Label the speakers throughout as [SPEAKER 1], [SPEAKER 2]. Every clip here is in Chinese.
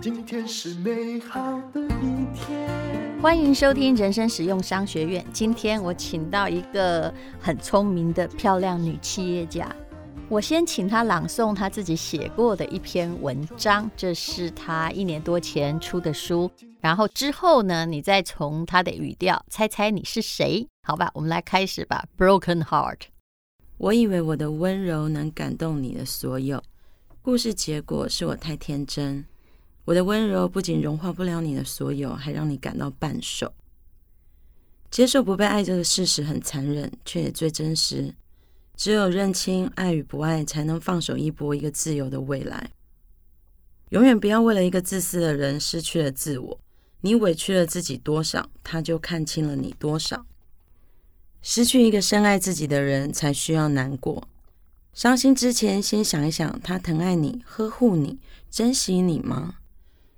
[SPEAKER 1] 今天是美好的一天。
[SPEAKER 2] 欢迎收听人生实用商学院。今天我请到一个很聪明的漂亮女企业家，我先请她朗诵她自己写过的一篇文章，这是她一年多前出的书。然后之后呢，你再从她的语调猜猜你是谁，好吧？我们来开始吧。Broken Heart，
[SPEAKER 3] 我以为我的温柔能感动你的所有。故事结果是我太天真，我的温柔不仅融化不了你的所有，还让你感到半熟。接受不被爱这个事实很残忍，却也最真实。只有认清爱与不爱，才能放手一搏一个自由的未来。永远不要为了一个自私的人失去了自我。你委屈了自己多少，他就看清了你多少。失去一个深爱自己的人，才需要难过。伤心之前，先想一想，他疼爱你、呵护你、珍惜你吗？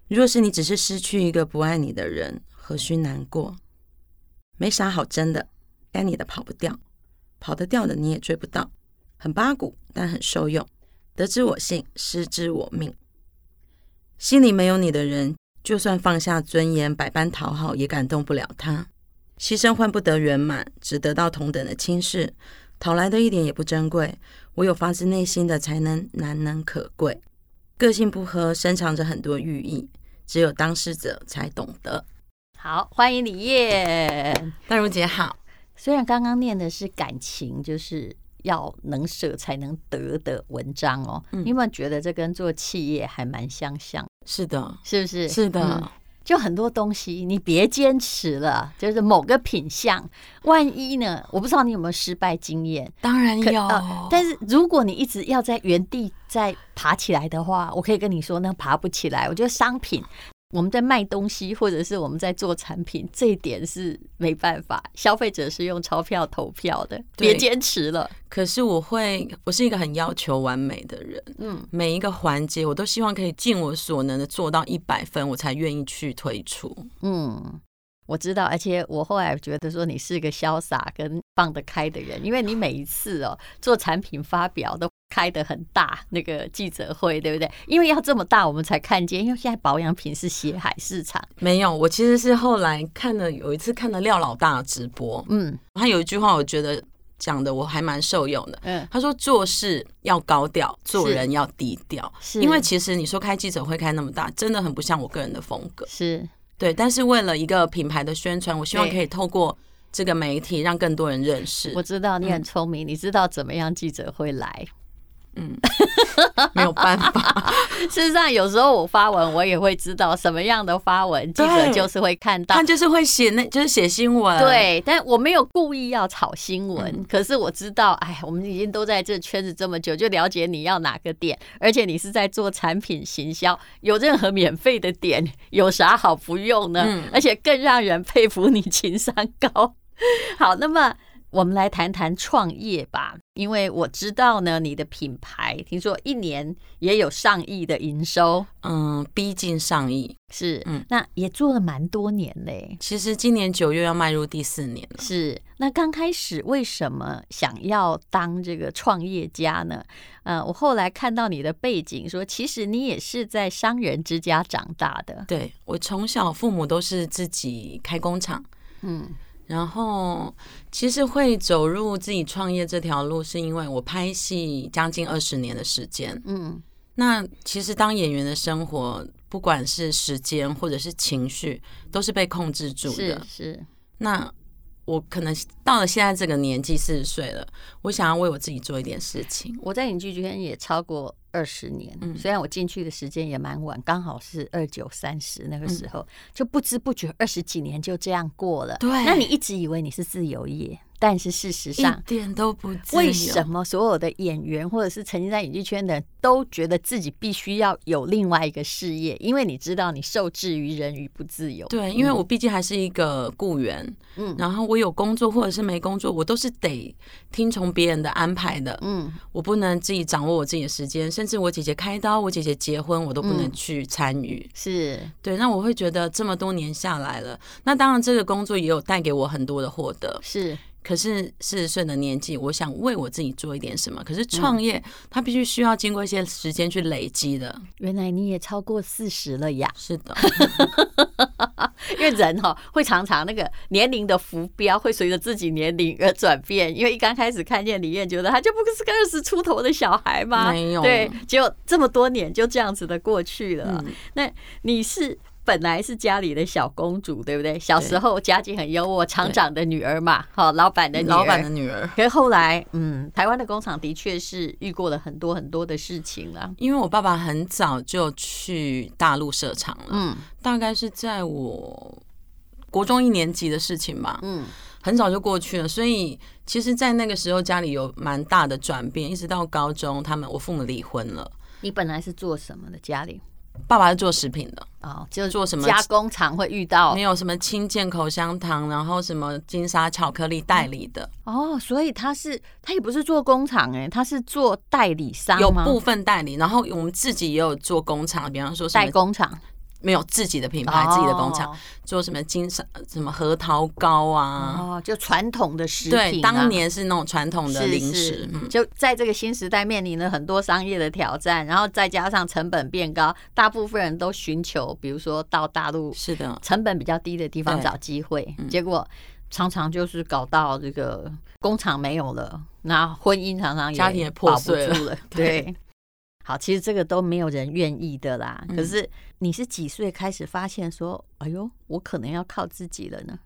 [SPEAKER 3] 若是你只是失去一个不爱你的人，何须难过？没啥好争的，该你的跑不掉，跑得掉的你也追不到。很八股，但很受用。得之我幸，失之我命。心里没有你的人，就算放下尊严，百般讨好，也感动不了他。牺牲换不得圆满，只得到同等的轻视，讨来的一点也不珍贵。唯有发自内心的才能难能可贵。个性不合，深藏着很多寓意，只有当事者才懂得。
[SPEAKER 2] 好，欢迎李烨。
[SPEAKER 3] 淡如姐好，
[SPEAKER 2] 虽然刚刚念的是感情，就是要能舍才能得的文章哦，
[SPEAKER 3] 嗯
[SPEAKER 2] 你有没有觉得这跟做企业还蛮相像？
[SPEAKER 3] 是的，
[SPEAKER 2] 是不是？
[SPEAKER 3] 是的，
[SPEAKER 2] 嗯就很多东西你别坚持了，就是某个品相，万一呢？我不知道你有没有失败经验，
[SPEAKER 3] 当然
[SPEAKER 2] 可
[SPEAKER 3] 有。
[SPEAKER 2] 呃但是如果你一直要在原地再爬起来的话，我可以跟你说，那爬不起来。我觉得商品。我们在卖东西，或者是我们在做产品，这一点是没办法，消费者是用钞票投票的，
[SPEAKER 3] 对
[SPEAKER 2] 别坚持了。
[SPEAKER 3] 可是我会，我是一个很要求完美的人，
[SPEAKER 2] 嗯，
[SPEAKER 3] 每一个环节我都希望可以尽我所能的做到一百分，我才愿意去推出。
[SPEAKER 2] 嗯，我知道，而且我后来觉得说你是个潇洒跟放得开的人，因为你每一次哦做产品发表都开得很大那个记者会，对不对？因为要这么大我们才看见，因为现在保养品是血海市场。
[SPEAKER 3] 没有，我其实是后来看了有一次看了廖老大的直播，
[SPEAKER 2] 嗯
[SPEAKER 3] 他有一句话，我觉得讲的我还蛮受用的。
[SPEAKER 2] 嗯，
[SPEAKER 3] 他说：“做事要高调，做
[SPEAKER 2] 是
[SPEAKER 3] 人要低调。
[SPEAKER 2] 是
[SPEAKER 3] 因为其实你说开记者会开那么大，真的很不像我个人的风格。
[SPEAKER 2] 是
[SPEAKER 3] 对，但是为了一个品牌的宣传，我希望
[SPEAKER 2] 对
[SPEAKER 3] 可以透过这个媒体让更多人认识
[SPEAKER 2] 我。知道你很聪明，你知道怎么样记者会来。
[SPEAKER 3] 没有办法，
[SPEAKER 2] 事实上，有时候我发文，我也会知道什么样的发文，记者
[SPEAKER 3] 对
[SPEAKER 2] 就是会看到
[SPEAKER 3] 他。就是会写那，就是写新闻。，
[SPEAKER 2] 对，但我没有故意要炒新闻，
[SPEAKER 3] 嗯
[SPEAKER 2] 可是我知道，哎，我们已经都在这圈子这么久，就了解你要哪个点，而且你是在做产品行销，有任何免费的点，有啥好不用呢？
[SPEAKER 3] 嗯
[SPEAKER 2] 而且更让人佩服你情商高。 好，那么。我们来谈谈创业吧，因为我知道呢，你的品牌听说一年也有上亿的营收，
[SPEAKER 3] 嗯，逼近上亿。
[SPEAKER 2] 是，
[SPEAKER 3] 嗯
[SPEAKER 2] 那也做了蛮多年嘞。
[SPEAKER 3] 其实今年九月要迈入第四年了。
[SPEAKER 2] 是，那刚开始为什么想要当这个创业家呢？呃，我后来看到你的背景说，其实你也是在商人之家长大的。
[SPEAKER 3] 对我从小父母都是自己开工厂，
[SPEAKER 2] 嗯
[SPEAKER 3] 然后，其实会走入自己创业这条路，是因为我拍戏将近二十年的时间。
[SPEAKER 2] 嗯
[SPEAKER 3] 那其实当演员的生活，不管是时间或者是情绪，都是被控制住
[SPEAKER 2] 是
[SPEAKER 3] 的。
[SPEAKER 2] 是，
[SPEAKER 3] 那我可能到了现在这个年纪，四十岁了，我想要为我自己做一点事情。
[SPEAKER 2] 我在影剧圈也超过二十年，
[SPEAKER 3] 嗯
[SPEAKER 2] 虽然我进去的时间也蛮晚，刚好是二九三十那个时候，就不知不觉二十几年就这样过了。
[SPEAKER 3] 对
[SPEAKER 2] 那你一直以为你是自由业，但是事实
[SPEAKER 3] 一
[SPEAKER 2] 上
[SPEAKER 3] 点都不自由
[SPEAKER 2] 为什？么所有的演员或者是曾经在演艺圈的人都觉得自己必须要有另外一个事业？因为你知道你受制于人与不自由。
[SPEAKER 3] 对，因为我毕竟还是一个雇员，
[SPEAKER 2] 嗯
[SPEAKER 3] 然后我有工作或者是没工作，我都是得听从别人的安排的。
[SPEAKER 2] 嗯，
[SPEAKER 3] 我不能自己掌握我自己的时间，甚至我姐姐开刀，我姐姐结婚，我都不能去参与。
[SPEAKER 2] 是
[SPEAKER 3] 对，那我会觉得这么多年下来了，那当然这个工作也有带给我很多的获得，
[SPEAKER 2] 是，
[SPEAKER 3] 可是四十岁的年纪，我想为我自己做一点什么。可是创业，它必须需要经过一些时间去累积的。
[SPEAKER 2] 原来你也超过四十了呀！
[SPEAKER 3] 是的，
[SPEAKER 2] 因为人哈、会常常那个年龄的浮标会随着自己年龄而转变，因为一刚开始看见李艳，觉得她就不是个二十出头的小孩嘛，
[SPEAKER 3] 没有
[SPEAKER 2] 对，结果这么多年就这样子的过去了。
[SPEAKER 3] 嗯，
[SPEAKER 2] 那你是本来是家里的小公主，对不对？小时候家境很优渥，厂长的女儿嘛，好，老板的女儿。
[SPEAKER 3] 老板的女儿。
[SPEAKER 2] 可是后来，嗯，台湾的工厂的确是遇过了很多很多的事情啦。
[SPEAKER 3] 因为我爸爸很早就去大陆设厂了，
[SPEAKER 2] 嗯
[SPEAKER 3] 大概是在我国中一年级的事情吧，
[SPEAKER 2] 嗯，
[SPEAKER 3] 很早就过去了。所以其实，在那个时候家里有蛮大的转变，一直到高中，他们我父母离婚了，
[SPEAKER 2] 你本来是做什么的？家里
[SPEAKER 3] 爸爸是做食品的，
[SPEAKER 2] 哦，就是
[SPEAKER 3] 做什么
[SPEAKER 2] 加工厂会遇到
[SPEAKER 3] 没有什么清健口香糖，然后什么金沙巧克力代理的，
[SPEAKER 2] 哦，所以他是他也不是做工厂哎、他是做代理商
[SPEAKER 3] 有
[SPEAKER 2] 嗯吗？
[SPEAKER 3] 部分代理，然后我们自己也有做工厂，比方说什
[SPEAKER 2] 代
[SPEAKER 3] 么
[SPEAKER 2] 工厂，
[SPEAKER 3] 没有自己的品牌，自己的工厂嗯
[SPEAKER 2] 哦
[SPEAKER 3] 做什么金沙什么核桃糕啊，
[SPEAKER 2] 哦，就传统的食品、啊。
[SPEAKER 3] 对，当年是那种传统的
[SPEAKER 2] 是
[SPEAKER 3] 零
[SPEAKER 2] 是
[SPEAKER 3] 食，嗯，
[SPEAKER 2] 就在这个新时代面临了很多商业的挑战，然后再加上成本变高，大部分人都寻求，比如说到大陆
[SPEAKER 3] 是的，
[SPEAKER 2] 成本比较低的地方
[SPEAKER 3] 对嗯
[SPEAKER 2] 找机会，结果常常就是搞到这个工厂没有了，那婚姻常常也
[SPEAKER 3] 家庭也破
[SPEAKER 2] 保
[SPEAKER 3] 碎了
[SPEAKER 2] 不住了，
[SPEAKER 3] 对
[SPEAKER 2] 对。好，其实这个都没有人愿意的啦。
[SPEAKER 3] 嗯
[SPEAKER 2] 可是你是几岁开始发现说，哎呦，我可能要靠自己了呢？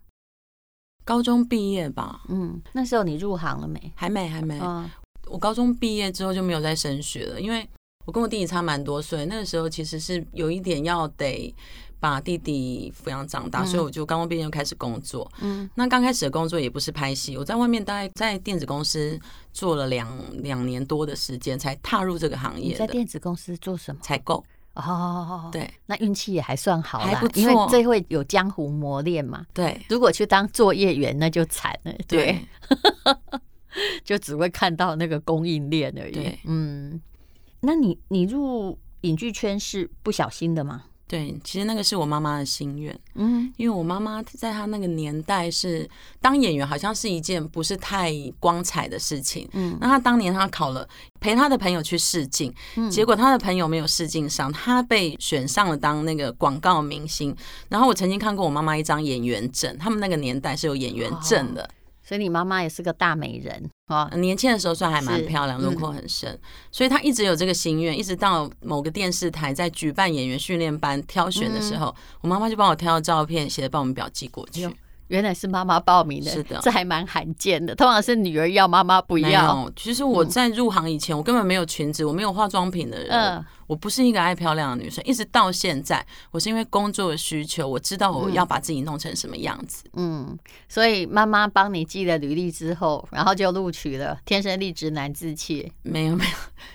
[SPEAKER 3] 高中毕业吧，
[SPEAKER 2] 嗯，那时候你入行了没？
[SPEAKER 3] 还没还没，
[SPEAKER 2] 啊、
[SPEAKER 3] 我高中毕业之后就没有再升学了，因为我跟我弟弟差蛮多岁，那个时候其实是有一点要得把弟弟抚养长大，
[SPEAKER 2] 嗯
[SPEAKER 3] 所以我就高中毕业就开始工作。
[SPEAKER 2] 嗯，
[SPEAKER 3] 那刚开始的工作也不是拍戏，我在外面大概在电子公司做了两两年多的时间，才踏入这个行
[SPEAKER 2] 你
[SPEAKER 3] 业
[SPEAKER 2] 在
[SPEAKER 3] 的
[SPEAKER 2] 电子公司做什么？
[SPEAKER 3] 采购。
[SPEAKER 2] 哦，，
[SPEAKER 3] 对
[SPEAKER 2] 那运气也还算好啦，
[SPEAKER 3] 还不错
[SPEAKER 2] 因为这会有江湖磨练嘛。
[SPEAKER 3] 对
[SPEAKER 2] 如果去当作业员，那就惨了，对，
[SPEAKER 3] 对，
[SPEAKER 2] 就只会看到那个供应链而已
[SPEAKER 3] 对。
[SPEAKER 2] 嗯，那你你入影剧圈是不小心的吗？
[SPEAKER 3] 对，其实那个是我妈妈的心愿，
[SPEAKER 2] 嗯，
[SPEAKER 3] 因为我妈妈在她那个年代是当演员，好像是一件不是太光彩的事情。
[SPEAKER 2] 嗯
[SPEAKER 3] 嗯，那她当年她考了，陪她的朋友去试镜，
[SPEAKER 2] 嗯
[SPEAKER 3] 结果她的朋友没有试镜上，她被选上了当那个广告明星。然后我曾经看过我妈妈一张演员证，他们那个年代是有演
[SPEAKER 2] 哦
[SPEAKER 3] 员证的，呃
[SPEAKER 2] 所以你妈妈也是个大美人啊。
[SPEAKER 3] 年轻的时候算还蛮漂亮，
[SPEAKER 2] 是嗯
[SPEAKER 3] 轮廓很深，所以她一直有这个心愿，一直到某个电视台在举办演员训练班挑选的
[SPEAKER 2] 嗯
[SPEAKER 3] 时候，我妈妈就帮我挑照片，写的报名表寄过去
[SPEAKER 2] 哎呦。原来是妈妈报名的，
[SPEAKER 3] 是的
[SPEAKER 2] 这还蛮罕见的。通常是女儿要，妈妈不
[SPEAKER 3] 没
[SPEAKER 2] 要。
[SPEAKER 3] 有，其实我在入行以前，我根本没有裙子，我没有化妆品的人，
[SPEAKER 2] 嗯
[SPEAKER 3] 我不是一个爱漂亮的女生。一直到现在，我是因为工作的需求，我知道我要把自己弄成什么样子。
[SPEAKER 2] 嗯，所以妈妈帮你寄了履历之后，然后就录取了，天生丽质难自弃。
[SPEAKER 3] 没有没有，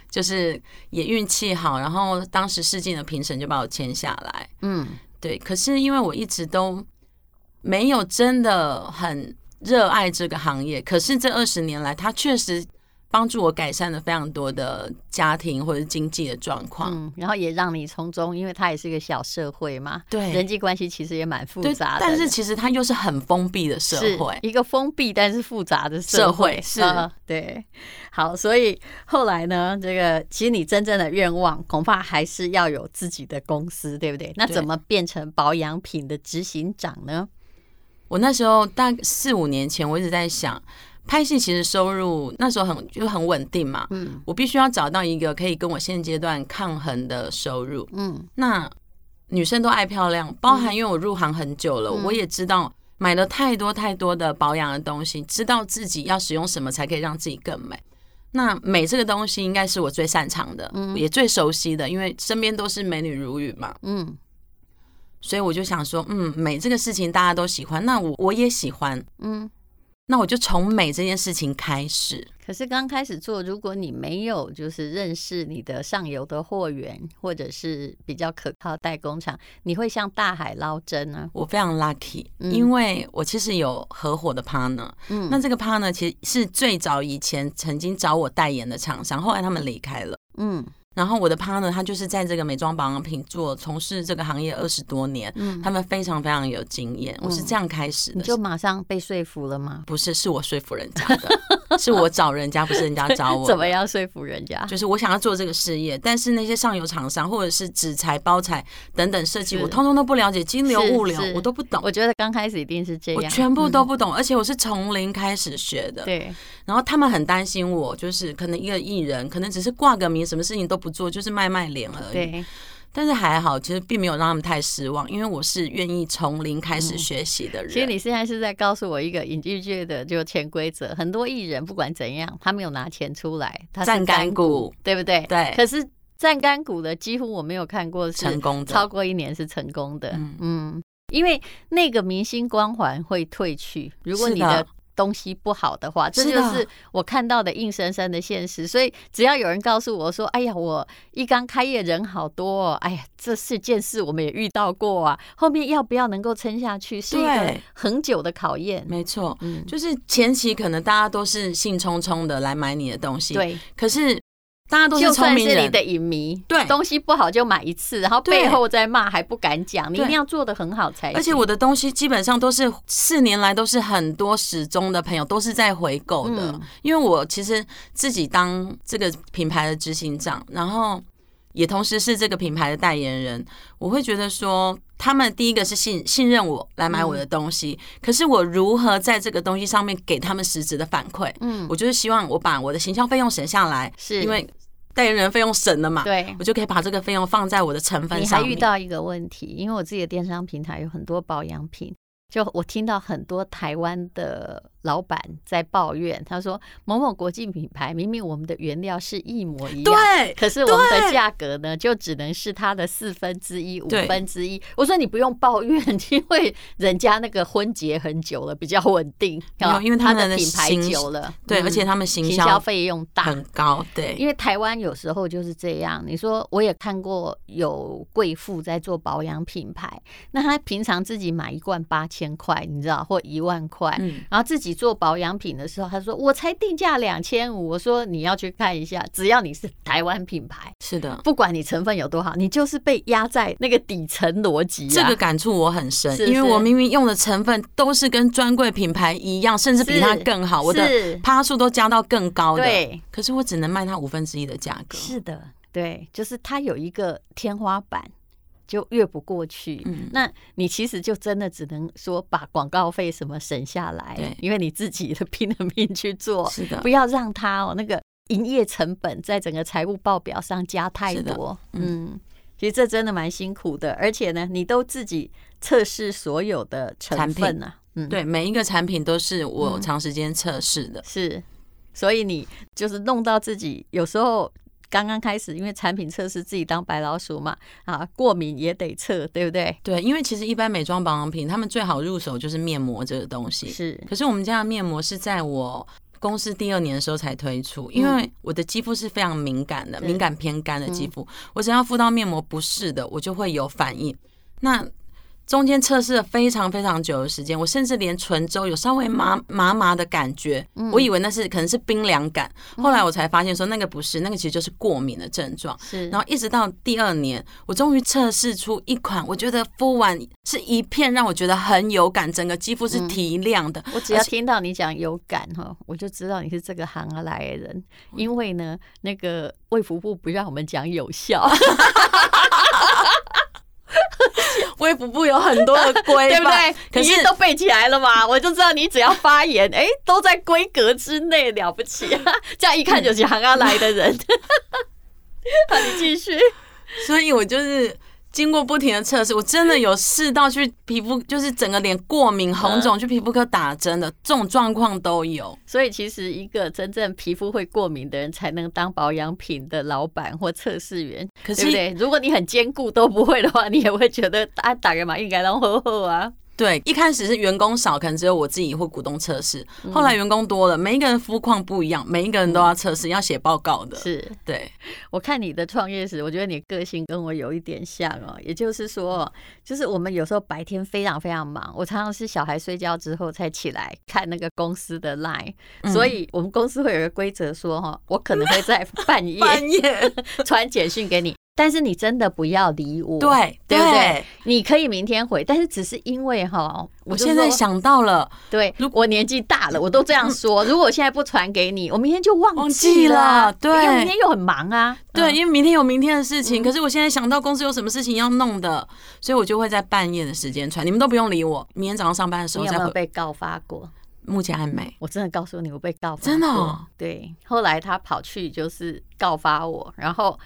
[SPEAKER 3] 就是也运气好，然后当时试镜的评审就把我签下来。
[SPEAKER 2] 嗯，
[SPEAKER 3] 对，可是因为我一直都没有真的很热爱这个行业，可是这二十年来，它确实帮助我改善了非常多的家庭或者是经济的状况。
[SPEAKER 2] 嗯，然后也让你从中，因为它也是个小社会嘛，
[SPEAKER 3] 对，
[SPEAKER 2] 人际关系其实也蛮复
[SPEAKER 3] 对，
[SPEAKER 2] 杂的。
[SPEAKER 3] 但是其实它又是很封闭的社
[SPEAKER 2] 是
[SPEAKER 3] 会，
[SPEAKER 2] 一个封闭但是复杂的
[SPEAKER 3] 社
[SPEAKER 2] 会，
[SPEAKER 3] 会是
[SPEAKER 2] 呃对。好，所以后来呢，这个其实你真正的愿望恐怕还是要有自己的公司，对不对？那
[SPEAKER 3] 对
[SPEAKER 2] 怎么变成保养品的执行长呢？
[SPEAKER 3] 我那时候大概四五年前，我一直在想，拍戏其实收入那时候很就很稳定嘛，
[SPEAKER 2] 嗯
[SPEAKER 3] 我必须要找到一个可以跟我现阶段抗衡的收入。
[SPEAKER 2] 嗯
[SPEAKER 3] 那女生都爱漂亮，包含因为我入行很久
[SPEAKER 2] 嗯
[SPEAKER 3] 了，我也知道。买了太多太多的保养的东西，知道自己要使用什么才可以让自己更美。那美这个东西应该是我最擅长的，也最熟悉的，因为身边都是美女如雨嘛。
[SPEAKER 2] 嗯，
[SPEAKER 3] 所以我就想说，嗯，美这个事情大家都喜欢，那我我也喜欢，
[SPEAKER 2] 嗯。
[SPEAKER 3] 那我就从美这件事情开始。
[SPEAKER 2] 可是刚开始做，如果你没有就是认识你的上游的货源，或者是比较可靠代工厂，你会向大海捞针啊。
[SPEAKER 3] 我非常 lucky，、
[SPEAKER 2] 嗯
[SPEAKER 3] 因为我其实有合伙的 partner，、
[SPEAKER 2] 嗯，
[SPEAKER 3] 那这个 partner 其实是最早以前曾经找我代言的厂商，后来他们离开了。
[SPEAKER 2] 嗯
[SPEAKER 3] 然后我的 partner 他就是在这个美妆保养品做从事这个行业二十多年，他们非常非常有经验。我是这样开始
[SPEAKER 2] 嗯你
[SPEAKER 3] 的，
[SPEAKER 2] 就马上被说服了吗？
[SPEAKER 3] 不是是我说服人家的，是我找人家，不是人家找我。
[SPEAKER 2] 怎么？样说服人家？
[SPEAKER 3] 就是我想要做这个事业，但是那些上游厂商或者是纸材、包材等等设计，
[SPEAKER 2] 是
[SPEAKER 3] 我通通都不了解，金流、
[SPEAKER 2] 是
[SPEAKER 3] 物流
[SPEAKER 2] 是
[SPEAKER 3] 我都不懂
[SPEAKER 2] 我，觉得刚开始一定是这
[SPEAKER 3] 我
[SPEAKER 2] 样，
[SPEAKER 3] 全部都不懂，而且我是从零开始学的。
[SPEAKER 2] 对，
[SPEAKER 3] 然后他们很担心我，就是可能一个艺人，可能只是挂个名，什么事情都不做，就是卖卖脸而已。
[SPEAKER 2] 对，
[SPEAKER 3] 但是还好，其实并没有让他们太失望，因为我是愿意从零开始学习的人。
[SPEAKER 2] 嗯其实你现在是在告诉我一个影剧界的就潜规则，很多艺人不管怎样，他没有拿钱出来，他是
[SPEAKER 3] 站
[SPEAKER 2] 干
[SPEAKER 3] 干股
[SPEAKER 2] 对不对？
[SPEAKER 3] 对
[SPEAKER 2] 可是站干股的几乎我没有看过是
[SPEAKER 3] 成功的
[SPEAKER 2] 超过一年是成功的，嗯
[SPEAKER 3] 嗯
[SPEAKER 2] 因为那个明星光环会褪去，如果
[SPEAKER 3] 是
[SPEAKER 2] 你
[SPEAKER 3] 的
[SPEAKER 2] 的。东西不好的话，这
[SPEAKER 3] 是
[SPEAKER 2] 就
[SPEAKER 3] 的
[SPEAKER 2] 是我看到的硬生生的现实。所以只要有人告诉我说：“哎呀，我一刚开业人好多、哦，哎呀，这四件事我们也遇到过啊。”后面要不要能够撑下去，是一个
[SPEAKER 3] 对
[SPEAKER 2] 很久的考验。
[SPEAKER 3] 没错，
[SPEAKER 2] 嗯，
[SPEAKER 3] 就是前期可能大家都是兴冲冲的来买你的东西，。
[SPEAKER 2] 对，
[SPEAKER 3] 可是大家都
[SPEAKER 2] 就是
[SPEAKER 3] 聪
[SPEAKER 2] 算
[SPEAKER 3] 明
[SPEAKER 2] 是你
[SPEAKER 3] 人，
[SPEAKER 2] 的影迷，
[SPEAKER 3] 对
[SPEAKER 2] 东西不好就买一次，然后
[SPEAKER 3] 对
[SPEAKER 2] 背后再骂还不敢讲，你一
[SPEAKER 3] 对
[SPEAKER 2] 定要做的很好才行。
[SPEAKER 3] 而且我的东西基本上都是四年来都是很多始终的朋友都是在回购的，
[SPEAKER 2] 嗯
[SPEAKER 3] 因为我其实自己当这个品牌的执行长，然后也同时是这个品牌的代言人，我会觉得说。他们第一个是信信任我来买
[SPEAKER 2] 嗯
[SPEAKER 3] 我的东西，可是我如何在这个东西上面给他们实质的反馈？
[SPEAKER 2] 嗯
[SPEAKER 3] 我就是希望我把我的行销费用省下来，
[SPEAKER 2] 是
[SPEAKER 3] 因为啊代言人费用省了嘛，
[SPEAKER 2] 对
[SPEAKER 3] 我就可以把这个费用放在我的成分
[SPEAKER 2] 你
[SPEAKER 3] 上
[SPEAKER 2] 还
[SPEAKER 3] 面。
[SPEAKER 2] 遇到一个问题，因为我自己的电商平台有很多保养品，就我听到很多台湾的老板在抱怨，他说某某国际品牌明明我们的原料是一模一样，
[SPEAKER 3] 对
[SPEAKER 2] 可是我们的
[SPEAKER 3] 对
[SPEAKER 2] 价格呢，就只能是它的四分之一、五
[SPEAKER 3] 对
[SPEAKER 2] 分之一。我说你不用抱怨， 因为人家那个婚结很久了，比较稳定。
[SPEAKER 3] 没有
[SPEAKER 2] 啊
[SPEAKER 3] 因为
[SPEAKER 2] 它
[SPEAKER 3] 他们
[SPEAKER 2] 的
[SPEAKER 3] 的
[SPEAKER 2] 品牌
[SPEAKER 3] 行
[SPEAKER 2] 久了，
[SPEAKER 3] 对，
[SPEAKER 2] 嗯
[SPEAKER 3] 而且他们行
[SPEAKER 2] 行
[SPEAKER 3] 销
[SPEAKER 2] 销费用大，
[SPEAKER 3] 很高，对，
[SPEAKER 2] 因为台湾有时候就是这样，你说我也看过有贵妇在做保养品牌，那她平常自己买一罐八千块，你知道，或一万块，
[SPEAKER 3] 嗯
[SPEAKER 2] 然后自己做保养品的时候，她说我才定价两千五，我说你要去看一下，只要你是台湾品牌，
[SPEAKER 3] 是的，
[SPEAKER 2] 不管你成分有多好，你就是被压在那个底层逻辑、啊。
[SPEAKER 3] 这个感触我很深，
[SPEAKER 2] 是
[SPEAKER 3] 因为我
[SPEAKER 2] 是
[SPEAKER 3] 明明用的成分都是跟专柜品牌一样，甚至比它
[SPEAKER 2] 是
[SPEAKER 3] 更好，我的
[SPEAKER 2] 是
[SPEAKER 3] 趴数都加到更高的，
[SPEAKER 2] 对，
[SPEAKER 3] 可是我只能卖它五分之一的价格，
[SPEAKER 2] 是的，对，就是它有一个天花板，就越不过去。
[SPEAKER 3] 嗯
[SPEAKER 2] 那你其实就真的只能说把广告费什么省下来
[SPEAKER 3] 对，
[SPEAKER 2] 因为你自己的 拼了命去做，
[SPEAKER 3] 是的
[SPEAKER 2] 不，要让它哦那个营业成本在整个财务报表上加太
[SPEAKER 3] 是的
[SPEAKER 2] 多。嗯其实这真的蛮辛苦的，而且呢，你都自己测试所有的成
[SPEAKER 3] 产品
[SPEAKER 2] 分啊，嗯，
[SPEAKER 3] 对，每一个产品都是我长时间测试的，
[SPEAKER 2] 是，所以你就是弄到自己有时候刚刚开始，因为产品测试自己当白老鼠嘛，啊，过敏也得测，对不对？
[SPEAKER 3] 对，因为其实一般美妆保养品，他们最好入手就是面膜这个东西，
[SPEAKER 2] 是
[SPEAKER 3] 可是我们家的面膜是在我公司第二年的时候才推出，因为我的肌肤是非常敏感的，
[SPEAKER 2] 对
[SPEAKER 3] 敏感偏干的肌肤，我只要敷到面膜不适的，我就会有反应。那中间测试了非常非常久的时间，我甚至连唇周有稍微麻麻麻的感觉，我以为那是可能是冰凉感，后来我才发现说那个不是，那个其实就是过敏的症状。
[SPEAKER 2] 是，
[SPEAKER 3] 然后一直到第二年，我终于测试出一款，我觉得敷完是一片让我觉得很有感，整个肌肤是提亮的，
[SPEAKER 2] 我只要听到你讲有感哈，我就知道你是这个行来的人，因为呢，那个卫福部不让我们讲有效，
[SPEAKER 3] 微服部有很多 的规
[SPEAKER 2] 对不
[SPEAKER 3] 范，
[SPEAKER 2] 对？
[SPEAKER 3] 可
[SPEAKER 2] 你
[SPEAKER 3] 是
[SPEAKER 2] 都背起来了嘛，我就知道你只要发言，哎，都在规格之内，了不起、啊 这样一看就是行啊来的人。 好，你继续。
[SPEAKER 3] 所以我就是经过不停的测试，我真的有试到去皮肤，就是整个脸过敏、红
[SPEAKER 2] 嗯
[SPEAKER 3] 肿，去皮肤科打针的这种状况都有。
[SPEAKER 2] 所以，其实一个真正皮肤会过敏的人，才能当保养品的老板或测试员，
[SPEAKER 3] 可
[SPEAKER 2] 对不
[SPEAKER 3] 是
[SPEAKER 2] 对？如果你很坚固都不会的话，你也会觉得啊，打个嘛应该让厚厚啊。
[SPEAKER 3] 对，一开始是员工少，可能只有我自己或股东测试，
[SPEAKER 2] 嗯
[SPEAKER 3] 后来员工多了，每一个人肤况不一样，每一个人都要测试，要写报告的。
[SPEAKER 2] 是
[SPEAKER 3] 对，
[SPEAKER 2] 我看你的创业史，我觉得你个性跟我有一点像哦。也就是说，就是我们有时候白天非常非常忙，我常常是小孩睡觉之后才起来看那个公司的 line，、所
[SPEAKER 3] 嗯
[SPEAKER 2] 以我们公司会有一个规则说哈，我可能会在半夜
[SPEAKER 3] 半夜
[SPEAKER 2] 传简讯给你，但是你真的不要理我，
[SPEAKER 3] 对
[SPEAKER 2] 对不对？你可以明天回，但是只是因为哈，
[SPEAKER 3] 我
[SPEAKER 2] 就
[SPEAKER 3] 现在
[SPEAKER 2] 说。
[SPEAKER 3] 想到了，
[SPEAKER 2] 对，我年纪大了，我都这样说。如果我现在不传给你，我明天就忘
[SPEAKER 3] 嗯忘
[SPEAKER 2] 记
[SPEAKER 3] 记
[SPEAKER 2] 了
[SPEAKER 3] 了。
[SPEAKER 2] 因为
[SPEAKER 3] 对
[SPEAKER 2] 明天又很忙啊。
[SPEAKER 3] 对，
[SPEAKER 2] 嗯，
[SPEAKER 3] 因为明天有明天的事情，可是我现在想到公司有什么事情要弄的，所以我就会在半夜的时间传，你们都不用理我，明天早上上班的时
[SPEAKER 2] 你
[SPEAKER 3] 候
[SPEAKER 2] 有
[SPEAKER 3] 再
[SPEAKER 2] 没有
[SPEAKER 3] 回。
[SPEAKER 2] 被告发过？
[SPEAKER 3] 目前还没，
[SPEAKER 2] 我真的告诉你，我被告发过。
[SPEAKER 3] 真的哦
[SPEAKER 2] 对，后来他跑去就是告发我，然后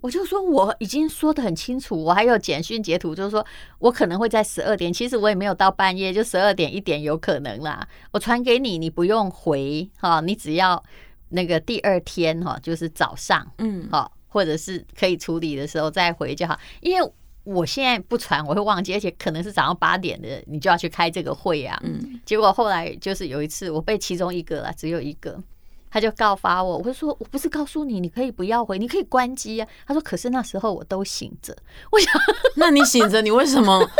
[SPEAKER 2] 我就说我已经说的很清楚，我还有简讯截图，就是说我可能会在十二点，其实我也没有到半夜，就十二点一点有可能啦。我传给你，你不用回哈、你只要那个第二天哈、就是早上
[SPEAKER 3] 嗯，
[SPEAKER 2] 好，或者是可以处理的时候再回就好，因为。我现在不传，我会忘记，而且可能是早上八点的，你就要去开这个会啊。
[SPEAKER 3] 嗯，
[SPEAKER 2] 结果后来就是有一次，我被其中一个啦，只有一个，他就告发我，我就说我不是告诉你，你可以不要回，你可以关机啊。他说可是那时候我都醒着，我想
[SPEAKER 3] 那你醒着，你为什么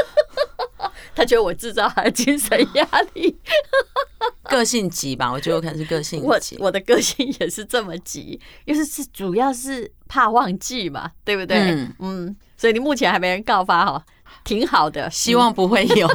[SPEAKER 2] 他觉得我制造他的精神压 力，
[SPEAKER 3] 个性急吧？我觉得我可能是个性
[SPEAKER 2] 我
[SPEAKER 3] 急。
[SPEAKER 2] 我的个性也是这么急，又是是主要是怕忘记嘛，对不对？嗯
[SPEAKER 3] 嗯
[SPEAKER 2] 所以你目前还没人告发哈，挺好的，
[SPEAKER 3] 希望不会 有，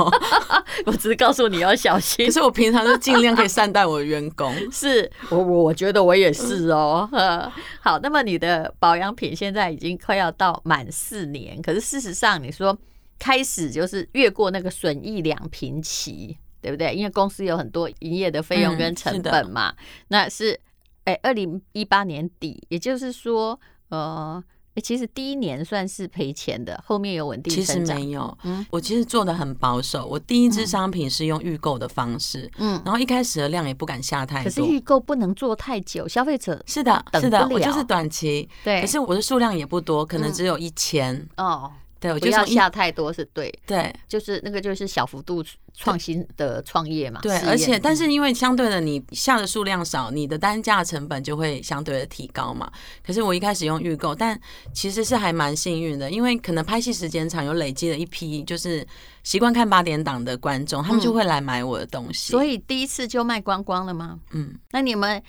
[SPEAKER 2] 我只是告诉你要小心
[SPEAKER 3] 可。是我平常就尽量可以善待我的 员工。
[SPEAKER 2] 是我我我觉得我也
[SPEAKER 3] 嗯
[SPEAKER 2] 是哦。呃，好，那么你的保养品现在已经快要到满四年，可是事实上你说开始就是越过那个损益两平期，对不对？因为公司有很多营业的费用
[SPEAKER 3] 嗯
[SPEAKER 2] 跟成本嘛，那是哎，二零一八年底，也就是说，呃。诶其实第一年算是赔钱的，后面有稳定
[SPEAKER 3] 其实
[SPEAKER 2] 成长。
[SPEAKER 3] 没有，
[SPEAKER 2] 嗯
[SPEAKER 3] 我其实做的很保守。我第一支商品是用预购的方式，
[SPEAKER 2] 嗯，
[SPEAKER 3] 然后一开始的量也不敢下太
[SPEAKER 2] 可是
[SPEAKER 3] 多。
[SPEAKER 2] 预购不能做太久，消费者
[SPEAKER 3] 是的，
[SPEAKER 2] 等
[SPEAKER 3] 是的，
[SPEAKER 2] 不
[SPEAKER 3] 我就
[SPEAKER 2] 了
[SPEAKER 3] 是短期，
[SPEAKER 2] 对嗯
[SPEAKER 3] 可是我的数量也不多，可能只有一千、
[SPEAKER 2] 哦，
[SPEAKER 3] 对，我
[SPEAKER 2] 不
[SPEAKER 3] 就
[SPEAKER 2] 要
[SPEAKER 3] 从一
[SPEAKER 2] 下啊太多是对。
[SPEAKER 3] 对
[SPEAKER 2] 就是那个就是小幅度创新的创业嘛。
[SPEAKER 3] 对
[SPEAKER 2] 事，业
[SPEAKER 3] 而且
[SPEAKER 2] 嗯
[SPEAKER 3] 但是因为相对的你下的数量少，你的单价成本就会相对的提高嘛。可是我一开始用预购，但其实是还蛮幸运的，因为可能拍戏时间长，有累积了一批就是习惯看八点档的观众，他们就会来买我的东
[SPEAKER 2] 嗯
[SPEAKER 3] 西。
[SPEAKER 2] 所以第一次就卖光光了吗？
[SPEAKER 3] 嗯，
[SPEAKER 2] 那你们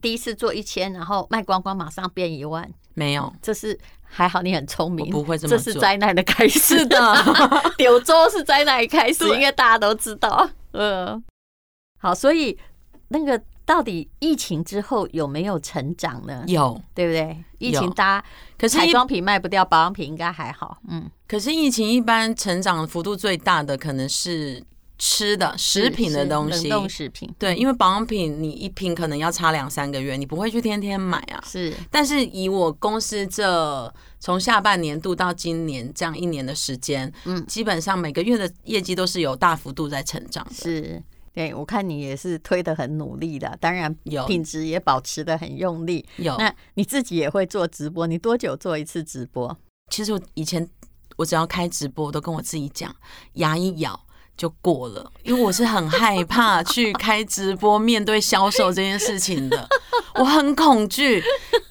[SPEAKER 2] 第一次做一千，然后卖光光，马上变一万，
[SPEAKER 3] 没有，
[SPEAKER 2] 这是还好你很聪明，
[SPEAKER 3] 我不会这么
[SPEAKER 2] 这
[SPEAKER 3] 做
[SPEAKER 2] 是灾难的开始。
[SPEAKER 3] 是的，
[SPEAKER 2] 柳州是灾难的开始，
[SPEAKER 3] 对
[SPEAKER 2] 应该大家都知道。嗯，好，所以那个到底疫情之后有没有成长呢？
[SPEAKER 3] 有。
[SPEAKER 2] 对不对？疫情
[SPEAKER 3] 有
[SPEAKER 2] 大家
[SPEAKER 3] 可是
[SPEAKER 2] 彩
[SPEAKER 3] 一
[SPEAKER 2] 妆品卖不掉，保养品应该还好。嗯，
[SPEAKER 3] 可是疫情一般成长幅度最大的可能是吃的食品的
[SPEAKER 2] 是
[SPEAKER 3] 东西
[SPEAKER 2] 冷。冻食品，
[SPEAKER 3] 对，因为保养品你一瓶可能要差两三个月，你不会去天天买啊。
[SPEAKER 2] 是
[SPEAKER 3] 但是以我公司这从下半年度到今年这样一年的时间，
[SPEAKER 2] 嗯
[SPEAKER 3] 嗯，基本上每个月的业绩都是有大幅度在成长的。
[SPEAKER 2] 是，对我看你也是推的很努力的，当然
[SPEAKER 3] 有
[SPEAKER 2] 品质也保持的很用力。
[SPEAKER 3] 有，
[SPEAKER 2] 那你自己也会做直播，你多久做一次直播？
[SPEAKER 3] 其实我以前我只要开直播，我都跟我自己讲，牙一咬就过了，因为我是很害怕去开直播面对销售这件事情的， 我很恐惧。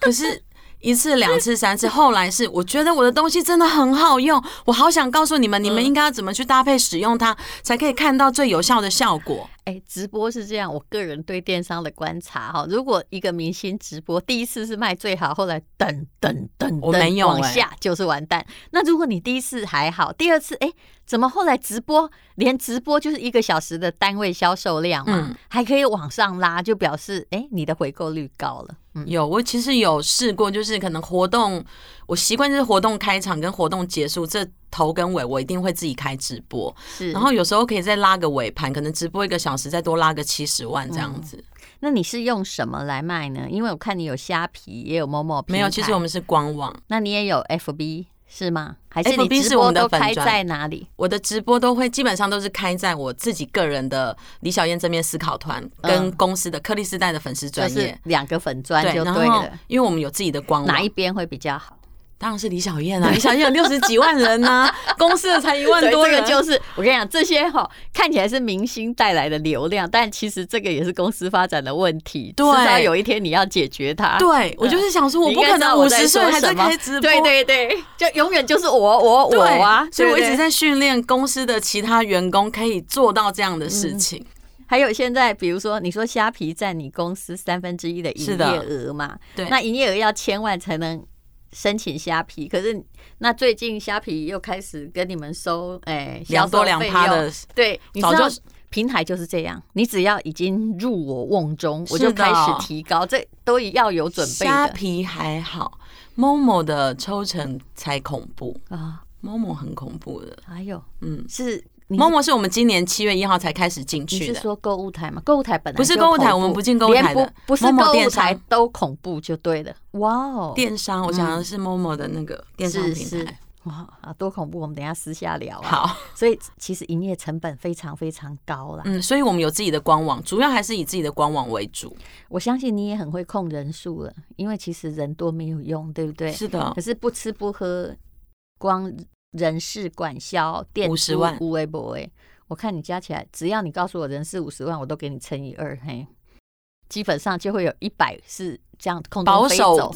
[SPEAKER 3] 可是。一次、两次、三次，后来是我觉得我的东西真的很好用，我好想告诉你们，你们应该要怎么去搭配使用它，才可以看到最有效的效果。
[SPEAKER 2] 哎，直播是这样，我个人对电商的观察哈，如果一个明星直播，第一次是卖最好，后来等等等
[SPEAKER 3] 我
[SPEAKER 2] 等
[SPEAKER 3] 没有
[SPEAKER 2] 往
[SPEAKER 3] 哎
[SPEAKER 2] 下就是完蛋。那如果你第一次还好，第二次哎，怎么后来直播连直播就是一个小时的单位销售量嘛，
[SPEAKER 3] 嗯
[SPEAKER 2] 还可以往上拉，就表示哎你的回购率高了。嗯，
[SPEAKER 3] 有，我其实有试过，就是可能活动，我习惯就是活动开场跟活动结束这头跟尾，我一定会自己开直播。
[SPEAKER 2] 是。
[SPEAKER 3] 然后有时候可以再拉个尾盘，可能直播一个小时，再多拉个七十万这样子。
[SPEAKER 2] 那你是用什么来卖呢？因为我看你有虾皮，也有某某
[SPEAKER 3] 没有，其实我们是官网，
[SPEAKER 2] 那你也有 FB 是吗？还是你
[SPEAKER 3] FB
[SPEAKER 2] 直
[SPEAKER 3] 是我
[SPEAKER 2] 播
[SPEAKER 3] 们的
[SPEAKER 2] 都
[SPEAKER 3] 粉
[SPEAKER 2] 开
[SPEAKER 3] 专
[SPEAKER 2] 在哪里？
[SPEAKER 3] 我的直播都会基本上都是开在我自己个人的李小燕正面思考团跟
[SPEAKER 2] 嗯
[SPEAKER 3] 公司的克里斯代的粉丝
[SPEAKER 2] 就
[SPEAKER 3] 专
[SPEAKER 2] 是
[SPEAKER 3] 业。
[SPEAKER 2] 两个粉砖就
[SPEAKER 3] 然
[SPEAKER 2] 对
[SPEAKER 3] 后嗯
[SPEAKER 2] 了，
[SPEAKER 3] 因为我们有自己的官
[SPEAKER 2] 哪
[SPEAKER 3] 网
[SPEAKER 2] 一，边会比较好？
[SPEAKER 3] 当然是李小燕啊，李小燕有六十几万人呐、 公司的才一万
[SPEAKER 2] 对，
[SPEAKER 3] 多
[SPEAKER 2] 这
[SPEAKER 3] 人，
[SPEAKER 2] 个就是我跟你讲，这些哈、看起来是明星带来的流量，但其实这个也是公司发展的问题，
[SPEAKER 3] 对
[SPEAKER 2] 迟早有一天你要解决它。
[SPEAKER 3] 对我就是想说，我
[SPEAKER 2] 你
[SPEAKER 3] 不
[SPEAKER 2] 应该
[SPEAKER 3] 可
[SPEAKER 2] 知道
[SPEAKER 3] 能
[SPEAKER 2] 我
[SPEAKER 3] 五
[SPEAKER 2] 在
[SPEAKER 3] 十岁
[SPEAKER 2] 说
[SPEAKER 3] 还
[SPEAKER 2] 什
[SPEAKER 3] 在
[SPEAKER 2] 么
[SPEAKER 3] 开直播，
[SPEAKER 2] 对对对，就永远就是我我我
[SPEAKER 3] 对
[SPEAKER 2] 啊，
[SPEAKER 3] 所以我一
[SPEAKER 2] 对不
[SPEAKER 3] 直
[SPEAKER 2] 对。
[SPEAKER 3] 在训练公司的其他员工可以做到这样的事
[SPEAKER 2] 嗯
[SPEAKER 3] 情。
[SPEAKER 2] 还有现在，比如说你说虾皮占你公司三分之一的营
[SPEAKER 3] 是
[SPEAKER 2] 业
[SPEAKER 3] 的
[SPEAKER 2] 额嘛，
[SPEAKER 3] 对
[SPEAKER 2] 那营业额要千万才能申请虾皮，可是那最近虾皮又开始跟你们收哎销
[SPEAKER 3] 两
[SPEAKER 2] 售
[SPEAKER 3] 多两
[SPEAKER 2] 费
[SPEAKER 3] 趴
[SPEAKER 2] 用
[SPEAKER 3] 的
[SPEAKER 2] 对，你
[SPEAKER 3] 早
[SPEAKER 2] 知道
[SPEAKER 3] 就
[SPEAKER 2] 平台就是这样，你只要已经入我瓮中，我就是
[SPEAKER 3] 的
[SPEAKER 2] 开始提高，这都要有准备
[SPEAKER 3] 虾
[SPEAKER 2] 的
[SPEAKER 3] 皮还好，Momo 的抽成才恐怖
[SPEAKER 2] 啊。
[SPEAKER 3] ，Momo 很恐怖的。
[SPEAKER 2] 还有
[SPEAKER 3] 嗯
[SPEAKER 2] 是你是
[SPEAKER 3] ，Momo 是我们今年七月一号才开始进
[SPEAKER 2] 你
[SPEAKER 3] 去
[SPEAKER 2] 是
[SPEAKER 3] 的。
[SPEAKER 2] 说购物台吗？购物台本来
[SPEAKER 3] 不是
[SPEAKER 2] 就
[SPEAKER 3] 购物台
[SPEAKER 2] 恐怖
[SPEAKER 3] 我们不进购物台
[SPEAKER 2] 连不
[SPEAKER 3] 的
[SPEAKER 2] 不是
[SPEAKER 3] Momo
[SPEAKER 2] 购物
[SPEAKER 3] 电
[SPEAKER 2] 台
[SPEAKER 3] 商
[SPEAKER 2] 都恐怖就对了。哇哦，
[SPEAKER 3] 电商，我想的是 Momo 的那个电商
[SPEAKER 2] 嗯是
[SPEAKER 3] 平
[SPEAKER 2] 是
[SPEAKER 3] 台。
[SPEAKER 2] 哇啊，多恐怖！我们等一下私下聊啊。，
[SPEAKER 3] 好，
[SPEAKER 2] 所以其实营业成本非常非常高啦。
[SPEAKER 3] 嗯，所以我们有自己的官网，主要还是以自己的官网为主。
[SPEAKER 2] 我相信你也很会控人数了，因为其实人多没有用，对不对？
[SPEAKER 3] 是的
[SPEAKER 2] 可，是不吃不喝，光人事管销店
[SPEAKER 3] 50万
[SPEAKER 2] 无微不微。我看你加起来，只要你告诉我人事五十万，我都给你乘以二，嘿，基本上就会有一百是这样空中
[SPEAKER 3] 保
[SPEAKER 2] 飞
[SPEAKER 3] 守
[SPEAKER 2] 走，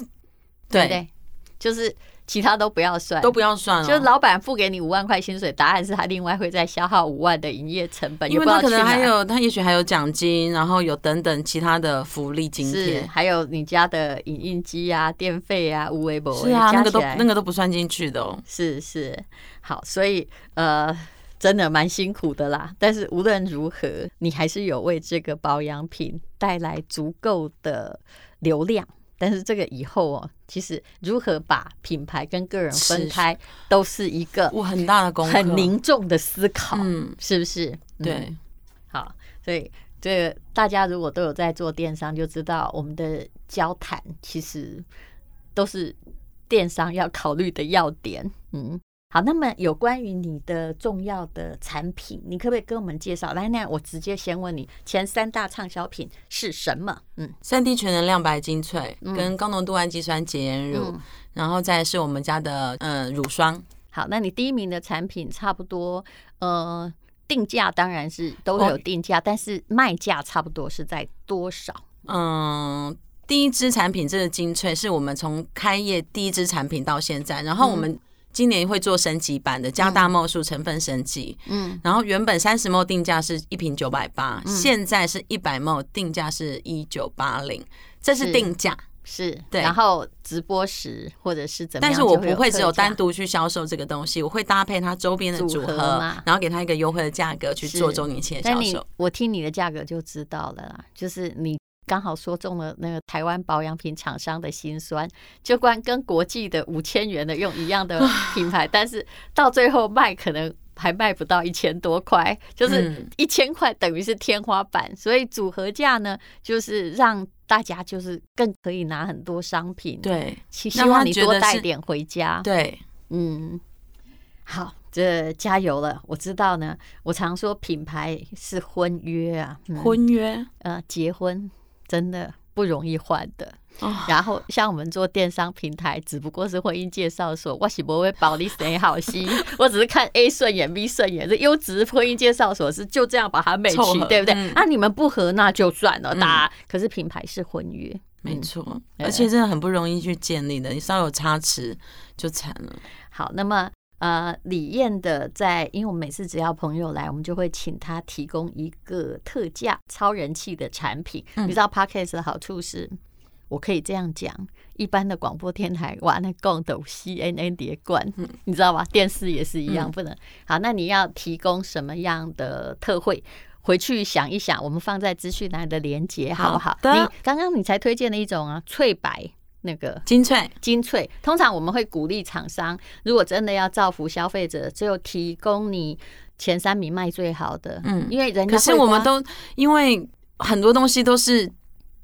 [SPEAKER 2] 对不
[SPEAKER 3] 对，
[SPEAKER 2] 对？就是其他都不要算，
[SPEAKER 3] 都不要算
[SPEAKER 2] 就是
[SPEAKER 3] 哦，
[SPEAKER 2] 老板付给你五万块薪水，答案是他另外会再消耗五万的营业成本，
[SPEAKER 3] 因为
[SPEAKER 2] 也
[SPEAKER 3] 他
[SPEAKER 2] 不知道去
[SPEAKER 3] 可能
[SPEAKER 2] 哪
[SPEAKER 3] 还有，他也许还有奖金，然后有等等其他的福利津
[SPEAKER 2] 是
[SPEAKER 3] 贴。
[SPEAKER 2] 还有你家的影印机啊、电费啊、无微不
[SPEAKER 3] 是
[SPEAKER 2] 微，
[SPEAKER 3] 啊，
[SPEAKER 2] 加
[SPEAKER 3] 那个
[SPEAKER 2] 起
[SPEAKER 3] 都
[SPEAKER 2] 来
[SPEAKER 3] 那个都不算进去的哦。
[SPEAKER 2] 是是，好，所以呃，真的蛮辛苦的啦。但是无论如何，你还是有为这个保养品带来足够的流量。但是这个以后哦，其实如何把品牌跟个人分
[SPEAKER 3] 是
[SPEAKER 2] 开，都是一个
[SPEAKER 3] 我很大的功课，
[SPEAKER 2] 很凝重的思考，
[SPEAKER 3] 嗯，
[SPEAKER 2] 是不是？嗯
[SPEAKER 3] 对，
[SPEAKER 2] 好，所以这个大家如果都有在做电商，就知道我们的交谈其实都是电商要考虑的要点。嗯，好，那么有关于你的重要的产品，你可不可以跟我们介绍？来，那我直接先问你，前三大畅销品是什么？嗯，
[SPEAKER 3] 三 D 全能亮白精粹
[SPEAKER 2] 嗯
[SPEAKER 3] 跟高浓度氨基酸洁颜乳，
[SPEAKER 2] 嗯
[SPEAKER 3] 然后再是我们家的嗯乳霜，
[SPEAKER 2] 好，那你第一名的产品差不多，呃。定价当然是都会有
[SPEAKER 3] 哦
[SPEAKER 2] 定价，但是卖价差不多是在多少？
[SPEAKER 3] 嗯。第一支产品这个精粹是我们从开业第一支产品到现在，然后我
[SPEAKER 2] 嗯
[SPEAKER 3] 们今年会做升级版的，加大帽数成分升级。
[SPEAKER 2] 嗯，
[SPEAKER 3] 然后原本三十 ml 定价是一瓶九百八，现在是一百 ml 定价是一九八零，这
[SPEAKER 2] 是
[SPEAKER 3] 是定价。
[SPEAKER 2] 是，
[SPEAKER 3] 对
[SPEAKER 2] 然后直播时或者是怎么
[SPEAKER 3] 但
[SPEAKER 2] 样，
[SPEAKER 3] 是我不会只有单
[SPEAKER 2] 独
[SPEAKER 3] 独去销售这个东西，我会搭配它周边的
[SPEAKER 2] 组
[SPEAKER 3] 组
[SPEAKER 2] 合
[SPEAKER 3] 合
[SPEAKER 2] 嘛，
[SPEAKER 3] 然后给它一个优惠的价格去做周年庆的
[SPEAKER 2] 但
[SPEAKER 3] 销
[SPEAKER 2] 你
[SPEAKER 3] 售。
[SPEAKER 2] 我听你的价格就知道了啦，就是你刚好说中了那个台湾保养品厂商的辛酸，就光跟国际的五千元的用一样 的品牌，但是到最后卖可能。还卖不到一千多块，就是
[SPEAKER 3] 嗯
[SPEAKER 2] 一千块等于是天花板，所以组合价呢，就是让大家就是更可以拿很多商品，，
[SPEAKER 3] 对
[SPEAKER 2] 希
[SPEAKER 3] 让
[SPEAKER 2] 希望
[SPEAKER 3] 他
[SPEAKER 2] 你
[SPEAKER 3] 觉
[SPEAKER 2] 多
[SPEAKER 3] 得
[SPEAKER 2] 带
[SPEAKER 3] 是
[SPEAKER 2] 点回家，
[SPEAKER 3] 对，
[SPEAKER 2] 嗯，好，这加油了。我知道呢，我常说品牌是婚约啊，嗯、
[SPEAKER 3] 婚约
[SPEAKER 2] 呃结婚真的不容易换的。
[SPEAKER 3] 哦
[SPEAKER 2] 然后像我们做电商平台，只不过是婚姻介绍所，我是不会保你谁好心，我只是看 A 顺眼，B 顺眼，这优质婚姻介绍所是就这样把它美
[SPEAKER 3] 凑
[SPEAKER 2] 齐，
[SPEAKER 3] 合
[SPEAKER 2] 对不对？
[SPEAKER 3] 嗯
[SPEAKER 2] 啊，你们不合那就算了，
[SPEAKER 3] 嗯
[SPEAKER 2] 大家、可是品牌是婚约，
[SPEAKER 3] 没
[SPEAKER 2] 嗯
[SPEAKER 3] 错，
[SPEAKER 2] 对
[SPEAKER 3] 而且真的很不容易去建立的，你稍有差池就惨了。
[SPEAKER 2] 好，那么呃，李燕的在，因为我们每次只要朋友来，我们就会请他提供一个特价超人气的产品。你知道 Podcast 的好处是，我可以这样讲，一般的广播电台哇，那共斗 CNN 叠冠，你知道吗？电视也是一样，不能。好，那你要提供什么样的特惠？回去想一想，我们放在资讯栏的连接好不好
[SPEAKER 3] 好？的
[SPEAKER 2] 你刚刚你才推荐了一种啊，翠白那个
[SPEAKER 3] 精粹
[SPEAKER 2] 精粹。通常我们会鼓励厂商，如果真的要造福消费者，只有提供你前三名卖最好的。嗯
[SPEAKER 3] 嗯，
[SPEAKER 2] 因为人家
[SPEAKER 3] 可是
[SPEAKER 2] 会
[SPEAKER 3] 我们
[SPEAKER 2] 花
[SPEAKER 3] 都因为很多东西都是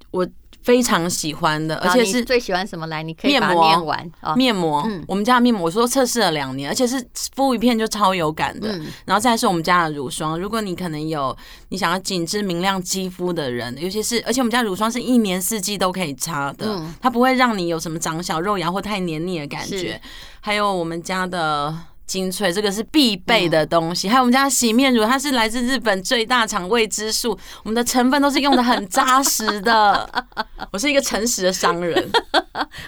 [SPEAKER 3] 我非常喜欢的，而且
[SPEAKER 2] 好
[SPEAKER 3] 是
[SPEAKER 2] 你最喜欢什么来？你可以
[SPEAKER 3] 面
[SPEAKER 2] 把它
[SPEAKER 3] 膜
[SPEAKER 2] 念完啊。
[SPEAKER 3] 面膜，
[SPEAKER 2] 嗯
[SPEAKER 3] 我们家的面膜，我说测试了两年，而且是敷一片就超有感的。
[SPEAKER 2] 嗯
[SPEAKER 3] 然后再来是我们家的乳霜，如果你可能有你想要紧致明亮肌肤的人，尤其是而且我们家乳霜是一年四季都可以擦的，
[SPEAKER 2] 嗯
[SPEAKER 3] 它不会让你有什么长小肉芽或太黏腻的感觉
[SPEAKER 2] 是。
[SPEAKER 3] 还有我们家的。精粹这个是必备
[SPEAKER 2] 嗯
[SPEAKER 3] 的东西，还有我们家的洗面乳，它是来自日本最大厂未知数，我们的成分都是用的很扎 实的。我是一个诚实的商人，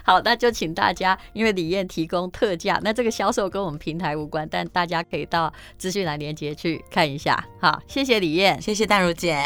[SPEAKER 2] 好，那就请大家，因为李燕提供特价，那这个销售跟我们平台无关，但大家可以到资讯栏连接去看一下。好，谢谢李燕。
[SPEAKER 3] 谢谢淡如姐。